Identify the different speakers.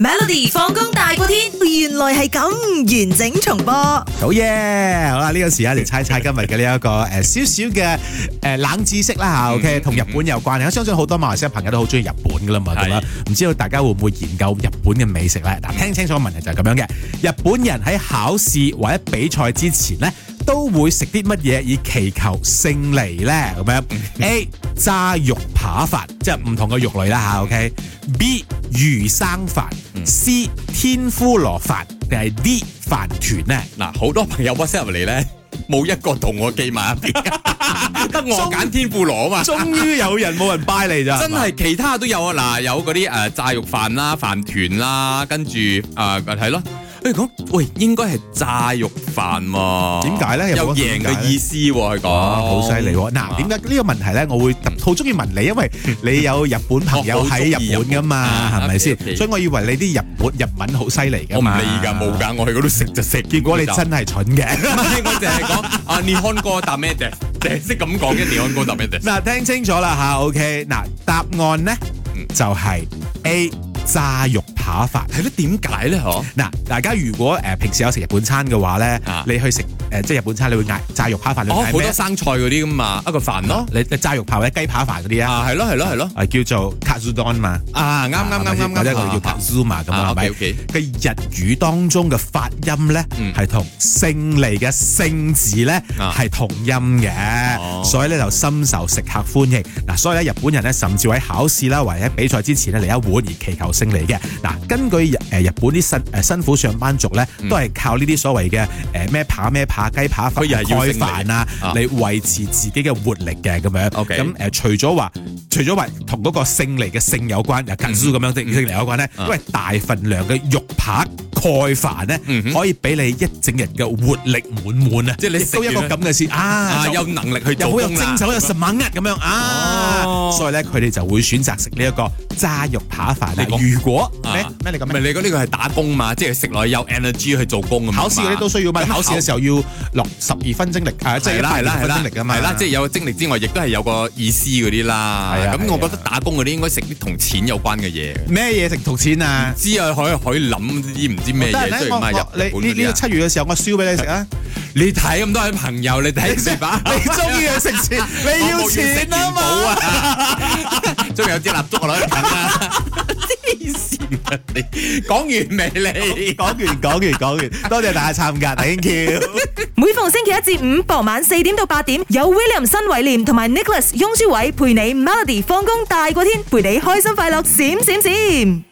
Speaker 1: Melody 放工大過天，原來係咁完整重播。
Speaker 2: 好嘢！好啦，呢個時間嚟猜猜今日嘅呢一個誒少少嘅誒冷知識啦嚇，OK，同日本有關嘅。相信好多馬來西亞朋友都好中意日本噶啦嘛，咁啦，唔知道大家會唔會研究日本嘅美食咧？嗱，聽清楚問題就係咁樣嘅。日本人喺考試或者比賽之前咧，都會食啲乜嘢以祈求勝利咧？咁樣 A 炸肉扒飯，即係唔同嘅肉類啦嚇，OK。B 魚生飯，C 天婦羅飯，定係 D 飯團咧？
Speaker 3: 嗱，好多朋友 WhatsApp 入嚟咧，冇一個同我記埋一邊，得我揀天婦羅啊嘛。
Speaker 2: 終於有人冇人 buy 你咋？
Speaker 3: 真係其他都有啊！嗱，有嗰啲誒炸肉飯啦、飯團啦，跟住誒係咯。佢講喂，應該係炸肉飯喎。
Speaker 2: 點解咧有冇
Speaker 3: 有
Speaker 2: 得
Speaker 3: 贏
Speaker 2: 點解
Speaker 3: 嘅
Speaker 2: 咧
Speaker 3: 意思喎，佢講。
Speaker 2: 啊，好犀利喎！
Speaker 3: 哦
Speaker 2: 嗱，點解呢個問題咧，我會特好中意問你，因為你有日本朋
Speaker 3: 哦
Speaker 2: 友喺日本噶嘛，
Speaker 3: 我好鍾意日本
Speaker 2: 係咪先？
Speaker 3: 啊，OK，OK
Speaker 2: 所以我以為你啲日本日文好犀利嘅。
Speaker 3: 我唔理㗎，冇。㗎，我去嗰 度食就食。
Speaker 2: 結果你真係蠢嘅。
Speaker 3: 唔係，我淨係講啊，尼康哥答咩啫？淨係識咁講嘅，尼康哥答咩啫？
Speaker 2: 嗱，聽清楚啦吓 o k 嗱，答案咧
Speaker 3: 嗯
Speaker 2: 就係 A 炸肉扒飯。
Speaker 3: 係咯，點解咧？嗬？
Speaker 2: 嗱，大家如果誒平時有食日本餐嘅話咧
Speaker 3: 啊，
Speaker 2: 你去食誒即係日本餐，你會嗌炸肉扒飯，你會
Speaker 3: 哦，好
Speaker 2: 嗌咩
Speaker 3: 多？生菜嗰啲㗎嘛，一個飯咯。
Speaker 2: 你你炸肉扒或者雞扒飯嗰啲啊，
Speaker 3: 啊，係咯，係咯，係咯。
Speaker 2: 誒叫做 katsudon 嘛。
Speaker 3: 啊，啱啱啱啱
Speaker 2: 或者
Speaker 3: 啱，
Speaker 2: 佢叫
Speaker 3: 啊
Speaker 2: Kazuma 咁啊，係
Speaker 3: 啊
Speaker 2: 咪
Speaker 3: ，OK，OK
Speaker 2: 嘅日語當中嘅發音咧，
Speaker 3: 嗯
Speaker 2: 係同勝利嘅勝字咧
Speaker 3: 啊
Speaker 2: 係同音嘅，
Speaker 3: 哦
Speaker 2: 所以咧就深受食客歡迎。嗱，所以咧日本人咧甚至會喺考試啦或者喺比賽之前咧嚟一碗而祈求勝利嘅。嗱，根據日誒日本啲辛誒辛苦上班族咧，
Speaker 3: 嗯
Speaker 2: 都係靠呢啲所謂嘅誒咩扒咩扒雞扒飯
Speaker 3: 佢又係要勝利
Speaker 2: 蓋飯啊
Speaker 3: 啊
Speaker 2: 嚟維持自己嘅活力嘅咁樣。
Speaker 3: OK
Speaker 2: 咁誒，除咗話，除咗話同嗰個勝利嘅勝有關，又近咁樣勝勝利有關咧，因
Speaker 3: 嗯
Speaker 2: 為大份量嘅肉扒蓋飯咧
Speaker 3: 嗯，哼
Speaker 2: 可以俾你一整日嘅活力滿滿啊！
Speaker 3: 即係你
Speaker 2: 亦
Speaker 3: 食
Speaker 2: 都一個
Speaker 3: 完咧
Speaker 2: 咁嘅事啊，
Speaker 3: 啊，
Speaker 2: 就
Speaker 3: 有能力去
Speaker 2: 又
Speaker 3: 做
Speaker 2: 好有
Speaker 3: 工啦
Speaker 2: 精。神，有神猛壓咁樣啊
Speaker 3: 哦！
Speaker 2: 所以咧，佢哋就會選擇食呢一個炸肉扒飯啦
Speaker 3: 你。講
Speaker 2: 如果
Speaker 3: 啊
Speaker 2: 咩咩你
Speaker 3: 唔
Speaker 2: 咁咩？
Speaker 3: 係你講呢個係打工嘛，即係食落去有 energy 去做工咁。
Speaker 2: 考試嗰啲都需要嘛？
Speaker 3: 咁
Speaker 2: 考試嘅時候要落十二分精力，啊，即係
Speaker 3: 係啦係啦係
Speaker 2: 分
Speaker 3: 啦
Speaker 2: 精力㗎嘛。
Speaker 3: 係啦，即係有精力之外，亦都係有個意思嗰啲啦。
Speaker 2: 係啊係啊
Speaker 3: 咁我覺得打工嗰啲應該食啲同錢有關嘅嘢。
Speaker 2: 咩嘢食同錢啊？
Speaker 3: 知啊，可以可以諗啲唔知咩
Speaker 2: 得
Speaker 3: 嘢，
Speaker 2: 咧，
Speaker 3: 雖
Speaker 2: 我
Speaker 3: 然買日本
Speaker 2: 我你
Speaker 3: 嗰
Speaker 2: 呢
Speaker 3: 啲
Speaker 2: 呢
Speaker 3: 啊。
Speaker 2: 七月嘅時候，我燒俾你食 啊！
Speaker 3: 你睇咁多位朋友，你睇住吧。
Speaker 2: 你中意佢食錢，你要錢啊嘛！
Speaker 3: 嘛！仲有支蠟燭我攞嚟近 啦，黐線啊 你！講完未你？
Speaker 2: 講完講完講完，多謝大家參加，thank you。
Speaker 1: 每逢星期一至五傍晚四點到八點，有 William 新偉廉同埋 Nicholas 雍舒偉陪你 Melody 放工大過天，陪你開心快樂閃閃閃。